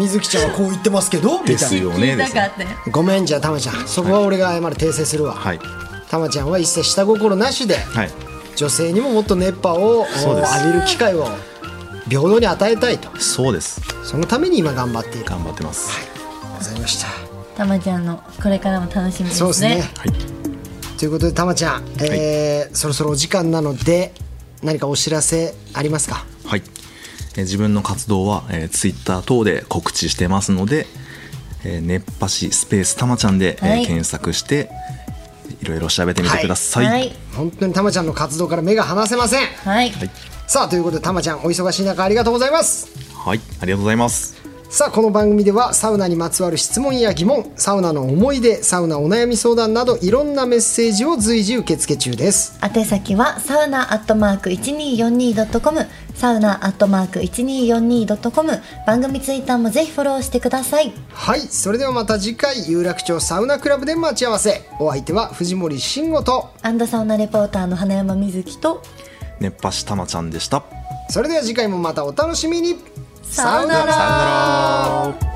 Speaker 2: ずきちゃんはこう言ってますけどみ
Speaker 5: で
Speaker 2: た
Speaker 5: す
Speaker 2: い
Speaker 5: よ
Speaker 2: な
Speaker 5: ねで
Speaker 3: だ
Speaker 5: す
Speaker 3: か
Speaker 5: よ
Speaker 3: らって
Speaker 2: ごめんじゃあたまちゃんそこは俺が謝る訂正するわ、
Speaker 5: はい
Speaker 2: たまちゃんは一切下心なしで、
Speaker 5: はい
Speaker 2: 女性にももっと熱波を
Speaker 5: そうです
Speaker 2: 浴びる機会を平等に与えたいと
Speaker 5: そうです
Speaker 2: そのために今頑張っている
Speaker 5: 頑張ってます、
Speaker 2: ございました
Speaker 3: たまちゃんのこれからも楽しみです
Speaker 2: そう
Speaker 3: ね
Speaker 2: ですね。
Speaker 5: はい
Speaker 2: ということで、たまちゃん、えーそろそろお時間なので、何かお知らせありますか。
Speaker 5: はい、えー自分の活動は、えー、Twitter 等で告知してますので「えー、熱波師スペースたまちゃんで」えー
Speaker 3: はい
Speaker 5: 検索していろいろ調べてみてください、
Speaker 3: はい
Speaker 2: 本当にたまちゃんの活動から目が離せません。
Speaker 3: はい、
Speaker 2: さあ、ということで、たまちゃん、お忙しい中、ありがとうございます。
Speaker 5: はい、ありがとうございます
Speaker 2: さあこの番組ではサウナにまつわる質問や疑問サウナの思い出サウナお悩み相談などいろんなメッセージを随時受付中です
Speaker 3: 宛先はサウナアットマーク 1242.com サウナアットマーク 1242.com 番組ツイッターもぜひフォローしてください
Speaker 2: はいそれではまた次回有楽町サウナクラブで待ち合わせお相手は藤森慎吾と
Speaker 3: アンドサウナレポーターの花山瑞希と
Speaker 5: 熱波師たまちゃんでした
Speaker 2: それでは次回もまたお楽しみに
Speaker 3: さよなら
Speaker 5: さよなら